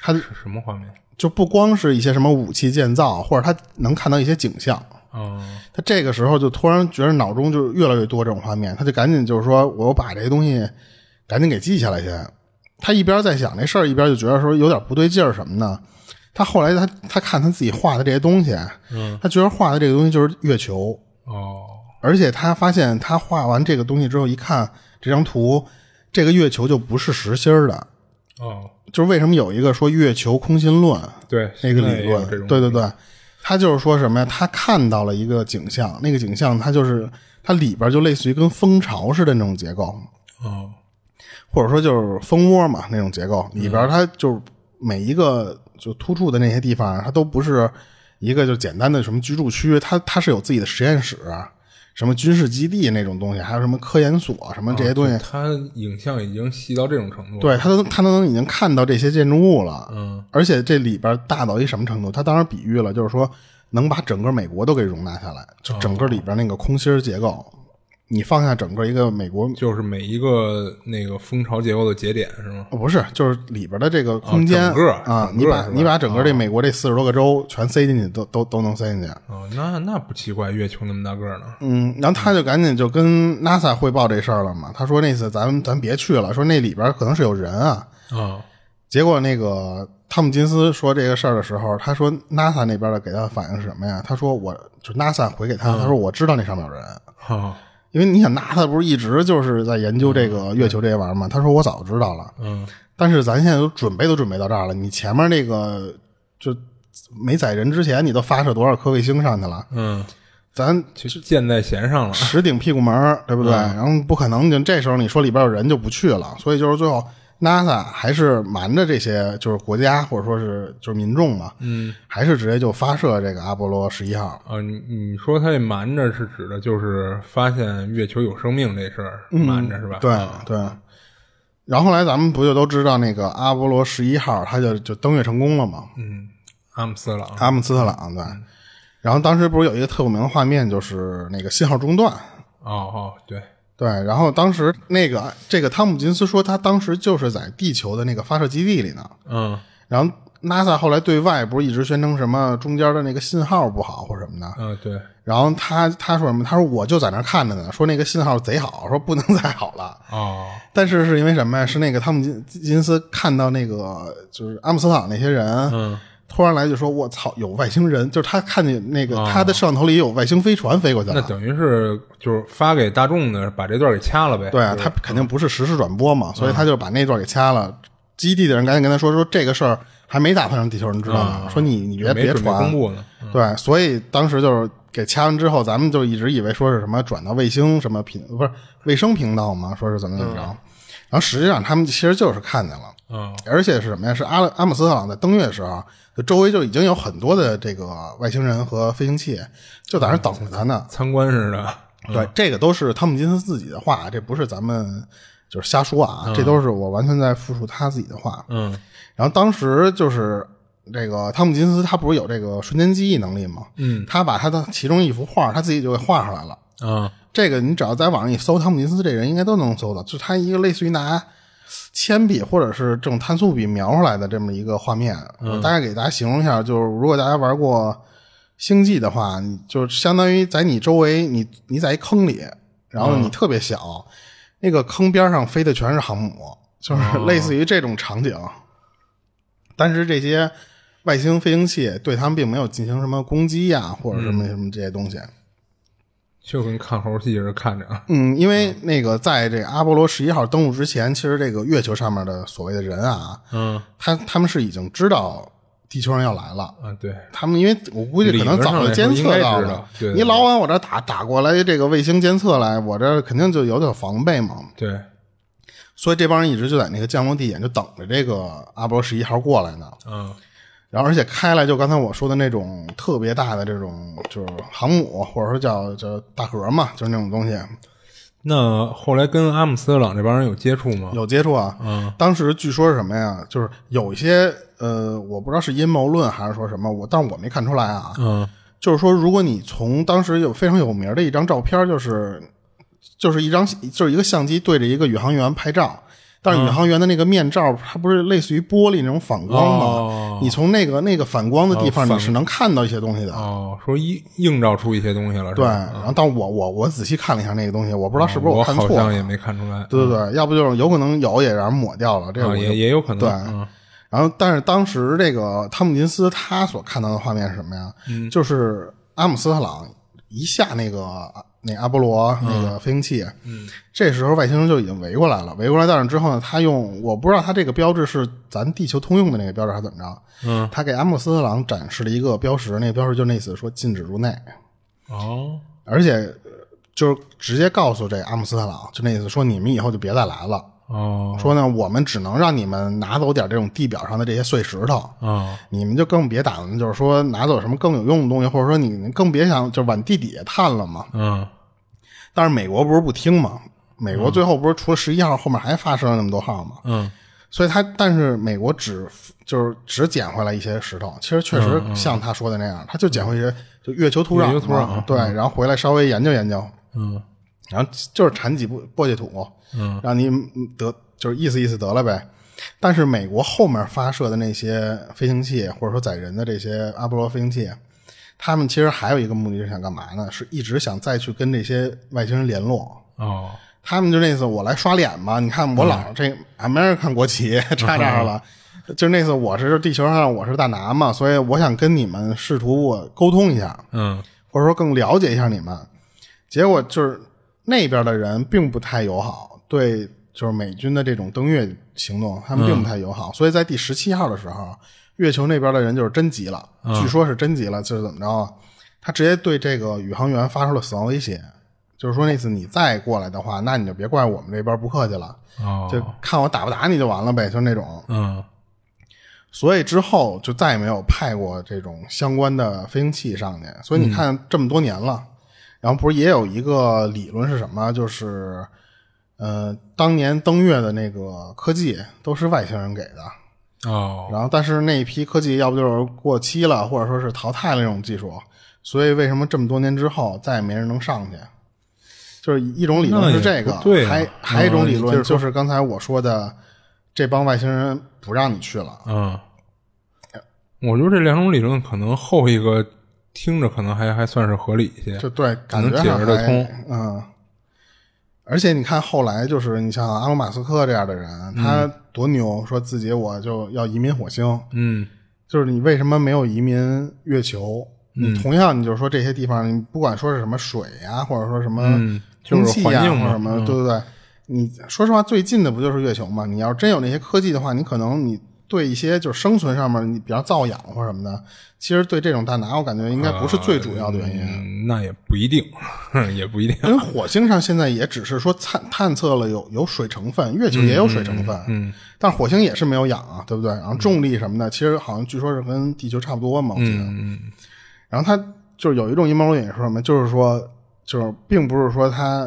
[SPEAKER 1] 他
[SPEAKER 2] 是什么画面？
[SPEAKER 1] 就不光是一些什么武器建造，或者他能看到一些景象。
[SPEAKER 2] 哦
[SPEAKER 1] 他这个时候就突然觉得脑中就是越来越多这种画面，他就赶紧就是说，我把这些东西赶紧给记下来先。他一边在想这事儿，一边就觉得说有点不对劲儿什么呢？他后来他他看他自己画的这些东西，
[SPEAKER 2] 嗯，
[SPEAKER 1] 他觉得画的这个东西就是月球，
[SPEAKER 2] 哦
[SPEAKER 1] 而且他发现他画完这个东西之后，一看这张图，这个月球就不是实心儿的，
[SPEAKER 2] 哦，
[SPEAKER 1] 就是为什么有一个说月球空心论，
[SPEAKER 2] 对，
[SPEAKER 1] 那个理
[SPEAKER 2] 现在也有
[SPEAKER 1] 论
[SPEAKER 2] 这，种
[SPEAKER 1] 对对对，他就是说什么呀？他看到了一个景象，那个景象它就是它里边就类似于跟蜂巢似的那种结构，
[SPEAKER 2] 哦
[SPEAKER 1] 或者说就是蜂窝嘛那种结构，里边它就是每一个就突出的那些地方，它都不是一个就简单的什么居住区，它它是有自己的实验室，什么军事基地那种东西，还有什么科研所，什么这些东西，
[SPEAKER 2] 它影像已经细到这种程度了。
[SPEAKER 1] 对，他都他都能已经看到这些建筑物了，
[SPEAKER 2] 嗯，
[SPEAKER 1] 而且这里边大到一什么程度？他当时比喻了，就是说能把整个美国都给容纳下来，就整个里边那个空心儿结构，你放下整个一个美国
[SPEAKER 2] 就是每一个那个蜂巢结构的节点是吗？
[SPEAKER 1] 哦不是，就是里边的这个空间
[SPEAKER 2] 整个
[SPEAKER 1] 啊，
[SPEAKER 2] 整个
[SPEAKER 1] 你把
[SPEAKER 2] 是吧啊
[SPEAKER 1] 你把整个这美国这四十多个州全塞进去，都都都能塞进去。
[SPEAKER 2] 哦，那那不奇怪，月球那么大个儿呢。
[SPEAKER 1] 嗯，然后他就赶紧就跟 NASA 汇报这事儿了嘛。他说那次咱们咱别去了，说那里边可能是有人啊。
[SPEAKER 2] 啊
[SPEAKER 1] 结果那个汤姆金斯说这个事儿的时候，他说 NASA 那边的给他的反应是什么呀？他说我就 NASA 回给他，他说我知道那上面有人，
[SPEAKER 2] 啊
[SPEAKER 1] 因为你想 NASA 不是一直就是在研究这个月球这些玩意儿嘛？他说我早知道了，
[SPEAKER 2] 嗯
[SPEAKER 1] 但是咱现在都准备都准备到这儿了，你前面那个就没载人之前，你都发射多少颗卫星上去了？
[SPEAKER 2] 嗯，
[SPEAKER 1] 咱
[SPEAKER 2] 其实箭在弦上了。
[SPEAKER 1] 十顶屁股门儿，对不对？
[SPEAKER 2] 嗯
[SPEAKER 1] 然后不可能，就这时候你说里边有人就不去了，所以就是最后 NASA 还是瞒着这些就是国家或者说是就是民众嘛，
[SPEAKER 2] 嗯
[SPEAKER 1] 还是直接就发射这个阿波罗十一号。
[SPEAKER 2] 啊，你你说他这瞒着是指的就是发现月球有生命这事儿、瞒着是吧？
[SPEAKER 1] 嗯对
[SPEAKER 2] 啊
[SPEAKER 1] 对。然后后来咱们不就都知道那个阿波罗十一号，它就就登月成功了嘛？
[SPEAKER 2] 嗯，阿姆斯朗。
[SPEAKER 1] 阿姆斯特朗对。然后当时不是有一个特有名的画面，就是那个信号中断，
[SPEAKER 2] 哦哦，对，
[SPEAKER 1] 对，然后当时那个这个汤姆金斯说，他当时就是在地球的那个发射基地里呢。
[SPEAKER 2] 嗯
[SPEAKER 1] 然后 NASA 后来对外不是一直宣称什么中间的那个信号不好或什么的，
[SPEAKER 2] 啊对，
[SPEAKER 1] 然后他他说什么？他说我就在那儿看着呢，说那个信号贼好，说不能再好了。
[SPEAKER 2] 哦
[SPEAKER 1] 但是是因为什么呀？是那个汤姆金金斯看到那个就是阿姆斯特朗那些人，
[SPEAKER 2] 嗯
[SPEAKER 1] 突然来就说：“我操，有外星人！”就是他看见那个、他的摄像头里有外星飞船飞过去
[SPEAKER 2] 啊那
[SPEAKER 1] 了。
[SPEAKER 2] 等于是就是发给大众的，把这段给掐了呗。
[SPEAKER 1] 对啊，他肯定不是实时转播嘛，
[SPEAKER 2] 嗯
[SPEAKER 1] 所以他就把那段给掐了。基地的人赶紧跟他说：“说这个事儿还没打算让地球人知道呢，说你你别
[SPEAKER 2] 啊没
[SPEAKER 1] 别
[SPEAKER 2] 准备
[SPEAKER 1] 传。啊
[SPEAKER 2] 公布呢。
[SPEAKER 1] 对，所以当时就是给掐完之后，咱们就一直以为说是什么转到卫星什么频不是卫生频道嘛，说是怎么怎么着。然后实际上他们其实就是看见了，
[SPEAKER 2] 嗯
[SPEAKER 1] 而且是什么呀？是阿阿姆斯特朗在登月的时候，就周围就已经有很多的这个外星人和飞行器就在那儿等着他呢。
[SPEAKER 2] 参观似的。
[SPEAKER 1] 对，这个都是汤姆金斯自己的话，这不是咱们就是瞎说啊，这都是我完全在复述他自己的话。
[SPEAKER 2] 嗯
[SPEAKER 1] 然后当时就是这个汤姆金斯，他不是有这个瞬间记忆能力吗？
[SPEAKER 2] 嗯
[SPEAKER 1] 他把他的其中一幅画，他自己就给画上来了。
[SPEAKER 2] 啊
[SPEAKER 1] 这个你只要在网上一搜汤姆金斯这人，应该都能搜到，就是他一个类似于拿铅笔或者是这种碳素笔描出来的这么一个画面。我大概给大家形容一下，就是如果大家玩过《星际》的话，你就是相当于在你周围，你你在一坑里，然后你特别小，那个坑边上飞的全是航母，就是类似于这种场景。但是这些外星飞行器对他们并没有进行什么攻击呀、或者什么什么这些东西。
[SPEAKER 2] 就跟看猴戏似的看着。
[SPEAKER 1] 嗯，因为那个在这个阿波罗十一号登陆之前，其实这个月球上面的所谓的人啊，
[SPEAKER 2] 嗯
[SPEAKER 1] 他他们是已经知道地球人要来了。
[SPEAKER 2] 啊，对，
[SPEAKER 1] 他们因为我估计可能早就监测到
[SPEAKER 2] 理论上来说应该知
[SPEAKER 1] 了
[SPEAKER 2] 道，对对对
[SPEAKER 1] 你老往我这打打过来，这个卫星监测来，我这肯定就有点防备嘛。
[SPEAKER 2] 对，
[SPEAKER 1] 所以这帮人一直就在那个降落地点就等着这个阿波罗十一号过来呢。
[SPEAKER 2] 嗯
[SPEAKER 1] 然后而且开来就刚才我说的那种特别大的这种就是航母，或者说叫叫大核嘛，就是那种东西
[SPEAKER 2] 那后来跟阿姆斯特朗这帮人有接触吗？
[SPEAKER 1] 有接触啊。
[SPEAKER 2] 嗯
[SPEAKER 1] 当时据说是什么呀？就是有一些呃，我不知道是阴谋论还是说什么，我但我没看出来啊。
[SPEAKER 2] 嗯
[SPEAKER 1] 就是说，如果你从当时有非常有名的一张照片，就是就是一张就是一个相机对着一个宇航员拍照，但
[SPEAKER 2] 嗯
[SPEAKER 1] 是宇航员的那个面罩，它不是类似于玻璃那种反光吗？
[SPEAKER 2] 哦
[SPEAKER 1] 你从那个那个反光的地方，
[SPEAKER 2] 哦
[SPEAKER 1] 你
[SPEAKER 2] 反
[SPEAKER 1] 是能看到一些东西的。
[SPEAKER 2] 哦，说映映照出一些东西了，是
[SPEAKER 1] 对，
[SPEAKER 2] 吧？
[SPEAKER 1] 然后但我我我仔细看了一下那个东西，我不知道是不是
[SPEAKER 2] 我
[SPEAKER 1] 看错
[SPEAKER 2] 哦好
[SPEAKER 1] 了。
[SPEAKER 2] 像也没嗯看出来，
[SPEAKER 1] 对对对，要不就是有可能有也让人抹掉了，这个
[SPEAKER 2] 啊，
[SPEAKER 1] 我就
[SPEAKER 2] 也也有可能，
[SPEAKER 1] 对
[SPEAKER 2] 嗯
[SPEAKER 1] 然后，但是当时这个汤姆金斯他所看到的画面是什么呀？
[SPEAKER 2] 嗯
[SPEAKER 1] 就是阿姆斯特朗一下那个那阿波罗那个飞行器，
[SPEAKER 2] 嗯
[SPEAKER 1] 这时候外星人就已经围过来了。围过来，但是之后呢，他用我不知道他这个标志是咱地球通用的那个标志还是怎么着，
[SPEAKER 2] 嗯，
[SPEAKER 1] 他给阿姆斯特朗展示了一个标识，那个标识就那意思说禁止入内，
[SPEAKER 2] 哦，
[SPEAKER 1] 而且呃就是直接告诉这阿姆斯特朗，就那意思说你们以后就别再来了。
[SPEAKER 2] 啊、哦
[SPEAKER 1] 说呢，我们只能让你们拿走点这种地表上的这些碎石头，
[SPEAKER 2] 啊
[SPEAKER 1] 你们就更别打算就是说拿走什么更有用的东西，或者说你更别想就往地底下探了嘛。
[SPEAKER 2] 嗯
[SPEAKER 1] 但是美国不是不听嘛？美国最后不是除了十一号，后面还发射了那么多号嘛？
[SPEAKER 2] 嗯
[SPEAKER 1] 所以他但是美国只就是只捡回来一些石头，其实确实像他说的那样，他就捡回一些就月球土壤嘛，
[SPEAKER 2] 嗯月球土嗯壤
[SPEAKER 1] 对，然后回来稍微研究研究，
[SPEAKER 2] 嗯
[SPEAKER 1] 然后就是产几部簸箕土，
[SPEAKER 2] 嗯，
[SPEAKER 1] 让你得就是意思意思得了呗。但是美国后面发射的那些飞行器，或者说载人的这些阿波罗飞行器，他们其实还有一个目的是想干嘛呢？是一直想再去跟这些外星人联络。
[SPEAKER 2] 哦
[SPEAKER 1] 他们就那次我来刷脸嘛，你看我老这 American 国 旗插这儿了，就是那次我是地球上我是大拿嘛，所以我想跟你们试图我沟通一下，
[SPEAKER 2] 嗯
[SPEAKER 1] 或者说更了解一下你们。结果就是那边的人并不太友好，对就是美军的这种登月行动，他们并不太友好。所以在第十七号的时候，月球那边的人就是真急了，据说是真急了，就是怎么着啊？他直接对这个宇航员发出了死亡威胁，就是说那次你再过来的话，那你就别怪我们这边不客气了，就
[SPEAKER 2] 哦
[SPEAKER 1] 看我打不打你就完了呗，就是那种。
[SPEAKER 2] 嗯
[SPEAKER 1] 所以之后就再也没有派过这种相关的飞行器上去。所
[SPEAKER 2] 嗯
[SPEAKER 1] 以你看，这么多年了，然后不是也有一个理论是什么？就是，呃，当年登月的那个科技都是外星人给的，
[SPEAKER 2] 哦
[SPEAKER 1] 然后但是那一批科技要不就是过期了，或者说是淘汰了那种技术，所以为什么这么多年之后再也没人能上去？就是一种理论是这个
[SPEAKER 2] 那也，不对啊
[SPEAKER 1] 还还有一种理
[SPEAKER 2] 嗯
[SPEAKER 1] 论
[SPEAKER 2] 就是说
[SPEAKER 1] 就是刚才我说的，这帮外星人不让你去了。啊
[SPEAKER 2] 嗯，我觉得这两种理论可能后一个听着可能还还算是合理一些，
[SPEAKER 1] 就对，感觉
[SPEAKER 2] 能解
[SPEAKER 1] 上
[SPEAKER 2] 释得
[SPEAKER 1] 还
[SPEAKER 2] 通。
[SPEAKER 1] 嗯，而且你看后来就是你像阿隆马斯克这样的人，他多牛，说自己我就要移民火星，
[SPEAKER 2] 嗯
[SPEAKER 1] 就是你为什么没有移民月球？
[SPEAKER 2] 嗯
[SPEAKER 1] 你同样，你就说这些地方，你不管说是什么水呀、或者说什么
[SPEAKER 2] 嗯就是
[SPEAKER 1] 空气呀、
[SPEAKER 2] 环境
[SPEAKER 1] 或
[SPEAKER 2] 嘛
[SPEAKER 1] 者什么，
[SPEAKER 2] 嗯
[SPEAKER 1] 对不对？你说实话，最近的不就是月球吗？你要真有那些科技的话，你可能你对一些就是生存上面，你比方造氧或什么的，其实对这种大拿，我感觉应该不是最主要的原因。啊
[SPEAKER 2] 嗯，那也不一定， 也不一定。
[SPEAKER 1] 因为火星上现在也只是说探探测了有有水成分，月球也有水成分，
[SPEAKER 2] 嗯
[SPEAKER 1] 但火星也是没有氧啊，对不对？然后重力什么的，其实好像据说是跟地球差不多嘛，我记得。
[SPEAKER 2] 嗯
[SPEAKER 1] 然后它就是有一种阴谋论也是什么，就是说，就是并不是说它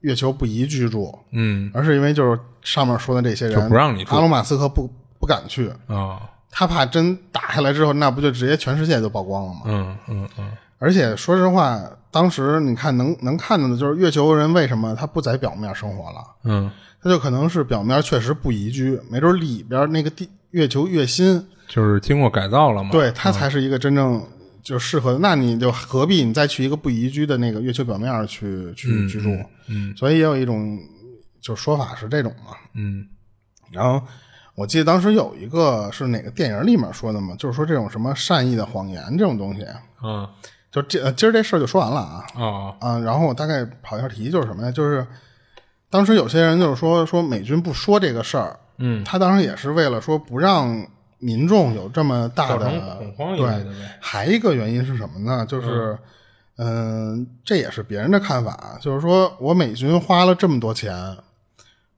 [SPEAKER 1] 月球不宜居住，
[SPEAKER 2] 嗯
[SPEAKER 1] 而是因为就是上面说的这些人
[SPEAKER 2] 就不让你住
[SPEAKER 1] 阿隆马斯克不不敢去，
[SPEAKER 2] 啊
[SPEAKER 1] 他怕真打下来之后，那不就直接全世界就曝光了吗？
[SPEAKER 2] 嗯嗯嗯
[SPEAKER 1] 而且说实话，当时你看能能看到的就是月球人为什么他不在表面生活了。
[SPEAKER 2] 嗯，
[SPEAKER 1] 它就可能是表面确实不宜居，没准里边那个地月球月心，
[SPEAKER 2] 就是经过改造了嘛。
[SPEAKER 1] 对它才是一个真正就适合的。那你就何必你再去一个不宜居的那个月球表面去去居住？
[SPEAKER 2] 嗯
[SPEAKER 1] 所以也有一种就说法是这种嘛。
[SPEAKER 2] 嗯
[SPEAKER 1] 然后我记得当时有一个是哪个电影里面说的嘛，就是说这种什么善意的谎言这种东西，
[SPEAKER 2] 啊
[SPEAKER 1] 就这呃今儿这事儿就说完了啊。
[SPEAKER 2] 啊
[SPEAKER 1] 啊，然后我大概跑一下题，就是什么呀？就是当时有些人就是说说美军不说这个事儿，
[SPEAKER 2] 嗯，
[SPEAKER 1] 他当时也是为了说不让民众有这么大
[SPEAKER 2] 造
[SPEAKER 1] 的
[SPEAKER 2] 成恐慌一类
[SPEAKER 1] 对
[SPEAKER 2] 的呗。
[SPEAKER 1] 还一个原因是什么呢？就是嗯、这也是别人的看法，就是说我美军花了这么多钱。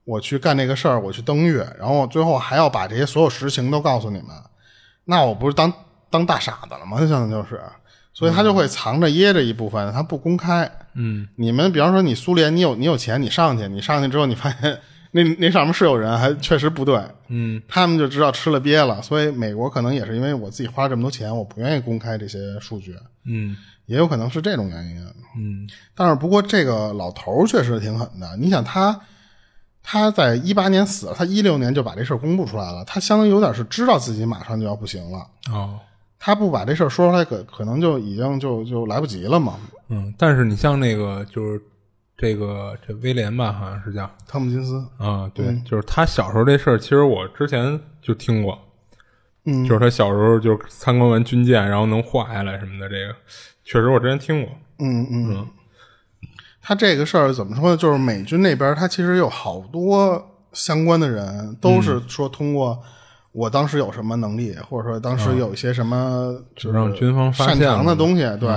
[SPEAKER 1] 我去干这个事儿，我去登月，然后我最后还要把这些所有实情都告诉你们，那我不是当当大傻子了吗？ 就相当于就是，所以他就会藏着掖着一部分，他不公开。
[SPEAKER 2] 嗯
[SPEAKER 1] 你们比方说你苏联，你有你有钱，你上去，你上去之后，你发现 那那上面是有人，还确实不对，
[SPEAKER 2] 嗯
[SPEAKER 1] 他们就知道吃了瘪了。所以美国可能也是因为我自己花了这么多钱，我不愿意公开这些数据，
[SPEAKER 2] 嗯
[SPEAKER 1] 也有可能是这种原因。
[SPEAKER 2] 嗯
[SPEAKER 1] 但是不过这个老头儿确实挺狠的，你想他。他在一八年死了，他一六年就把这事儿公布出来了。他相当于有点是知道自己马上就要不行了，
[SPEAKER 2] 哦。
[SPEAKER 1] 他不把这事儿说出来，可可能就已经就就来不及了嘛。
[SPEAKER 2] 嗯，但是你像那个就是这个这威廉吧，好像是叫
[SPEAKER 1] 汤姆金斯，
[SPEAKER 2] 啊，对，
[SPEAKER 1] 嗯
[SPEAKER 2] 就是他小时候这事儿，其实我之前就听过，
[SPEAKER 1] 嗯
[SPEAKER 2] 就是他小时候就参观完军舰，然后能画下来什么的，这个确实我之前听过。
[SPEAKER 1] 嗯嗯，嗯，他这个事儿怎么说呢？就是美军那边，他其实有好多相关的人都是说通过我当时有什么能力，或者说当时有一些什么就
[SPEAKER 2] 嗯就让
[SPEAKER 1] 是
[SPEAKER 2] 军方发
[SPEAKER 1] 擅
[SPEAKER 2] 现
[SPEAKER 1] 长的
[SPEAKER 2] 了嗯
[SPEAKER 1] 东西，对，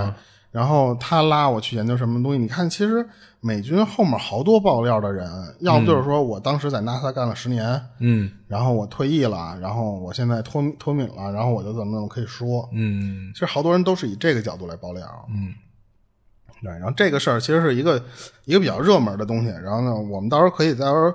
[SPEAKER 1] 然后他拉我去研究什么东西。你看，其实美军后面好多爆料的人，要不就是说我当时在 NASA 干了十年，
[SPEAKER 2] 嗯
[SPEAKER 1] 然后我退役了，然后我现在脱脱敏了，然后我就怎么怎么可以说。
[SPEAKER 2] 嗯
[SPEAKER 1] 其实好多人都是以这个角度来爆料。
[SPEAKER 2] 嗯，
[SPEAKER 1] 对，然后这个事儿其实是一个一个比较热门的东西。然后呢，我们到时候可以到时候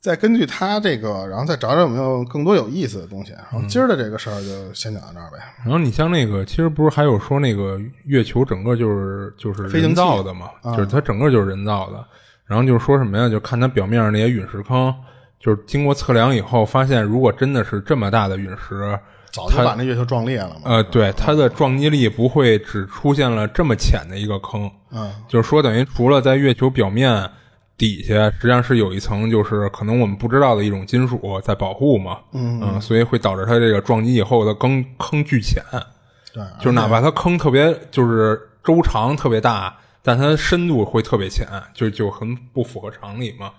[SPEAKER 1] 再根据他这个，然后再找找有没有更多有意思的东西。啊然后
[SPEAKER 2] 嗯
[SPEAKER 1] 今儿的这个事儿就先讲到这儿呗。
[SPEAKER 2] 然后你像那个，其实不是还有说那个月球整个就是就是
[SPEAKER 1] 飞行器啊
[SPEAKER 2] 人造的嘛，就是它整个就是人造的。然后就是说什么呀？就看它表面上那些陨石坑，就是经过测量以后发现，如果真的是这么大的陨石，
[SPEAKER 1] 早就把那月球撞裂了嘛。
[SPEAKER 2] 呃，对它的撞击力不会只出现了这么浅的一个坑，
[SPEAKER 1] 嗯
[SPEAKER 2] 就是说等于除了在月球表面底下，实际上是有一层就是可能我们不知道的一种金属在保护嘛，
[SPEAKER 1] 嗯
[SPEAKER 2] 嗯，所以会导致它这个撞击以后的坑坑巨浅，
[SPEAKER 1] 啊对，
[SPEAKER 2] 就是哪怕它坑特别就是周长特别大，但它深度会特别浅，就就很不符合常理嘛。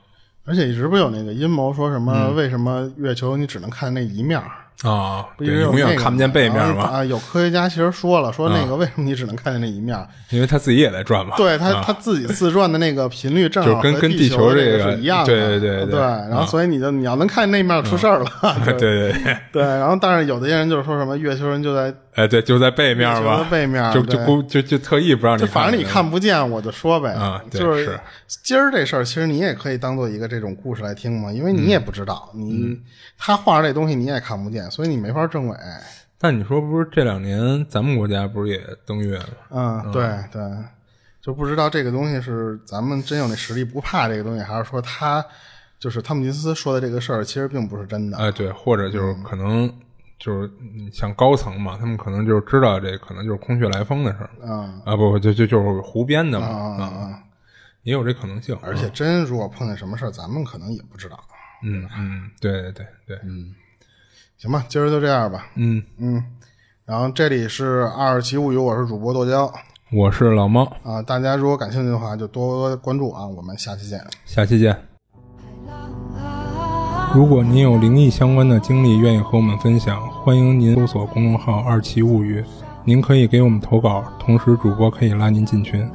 [SPEAKER 1] 而且一直不有那个阴谋说什
[SPEAKER 2] 嗯
[SPEAKER 1] 么为什么月球你只能看那一面儿？
[SPEAKER 2] 啊，
[SPEAKER 1] 不
[SPEAKER 2] 对，
[SPEAKER 1] 一直有
[SPEAKER 2] 永
[SPEAKER 1] 那
[SPEAKER 2] 远
[SPEAKER 1] 个
[SPEAKER 2] 看不见背面
[SPEAKER 1] 然后
[SPEAKER 2] 嘛，嗯
[SPEAKER 1] 啊，有科学家其实说了，说那个为什么你只能看见那一面儿？
[SPEAKER 2] 因为它自己也在转 嘛。
[SPEAKER 1] 对他他自己自转的那个频率正
[SPEAKER 2] 啊就
[SPEAKER 1] 好
[SPEAKER 2] 是跟
[SPEAKER 1] 和
[SPEAKER 2] 跟
[SPEAKER 1] 地
[SPEAKER 2] 地球
[SPEAKER 1] 这
[SPEAKER 2] 这
[SPEAKER 1] 个
[SPEAKER 2] 个
[SPEAKER 1] 是一样的，啊
[SPEAKER 2] 对对
[SPEAKER 1] 对
[SPEAKER 2] 对对
[SPEAKER 1] 然后所以你就你要能看见那面出事儿了，
[SPEAKER 2] 对对对，
[SPEAKER 1] 对。然后但是有的些人就是说什么月球人就在
[SPEAKER 2] 哎，对，就在背面
[SPEAKER 1] 月球
[SPEAKER 2] 吧，
[SPEAKER 1] 的背面，
[SPEAKER 2] 就就
[SPEAKER 1] 对
[SPEAKER 2] 故就就特意不让你
[SPEAKER 1] 就
[SPEAKER 2] 看，
[SPEAKER 1] 反正你看不见，我就说呗。
[SPEAKER 2] 啊对
[SPEAKER 1] 就是今儿这事儿，其实你也可以当做一个这种故事来听嘛，因为你
[SPEAKER 2] 嗯
[SPEAKER 1] 也不知道，你他画这东西你也看不见，所以你没法证伪。嗯
[SPEAKER 2] 但你说不是这两年咱们国家不是也登月了？
[SPEAKER 1] 嗯，对对，就不知道这个东西是咱们真有那实力不怕这个东西，还是说他就是汤姆金斯说的这个事儿其实并不是真的。
[SPEAKER 2] 哎，对，或者就是
[SPEAKER 1] 嗯
[SPEAKER 2] 可能就是你像高层嘛，他们可能就是知道这可能就是空穴来风的事儿
[SPEAKER 1] 嗯
[SPEAKER 2] 啊，不不就就就是胡编的嘛
[SPEAKER 1] 啊啊
[SPEAKER 2] 啊，
[SPEAKER 1] 啊！
[SPEAKER 2] 也有这可能性。
[SPEAKER 1] 而且真如果碰见什么事儿，咱们可能也不知道。
[SPEAKER 2] 嗯
[SPEAKER 1] 啊
[SPEAKER 2] 嗯，对对对对，
[SPEAKER 1] 行吧，今儿就这样吧。
[SPEAKER 2] 嗯，
[SPEAKER 1] 嗯，然后这里是二十七物语，我是主播剁椒
[SPEAKER 2] 我是老猫，
[SPEAKER 1] 啊。大家如果感兴趣的话，就多多关注啊。我们下期见。
[SPEAKER 2] 下期见。如果您有灵异相关的经历，愿意和我们分享，欢迎您搜索公众号“二七物语”，您可以给我们投稿，同时主播可以拉您进群。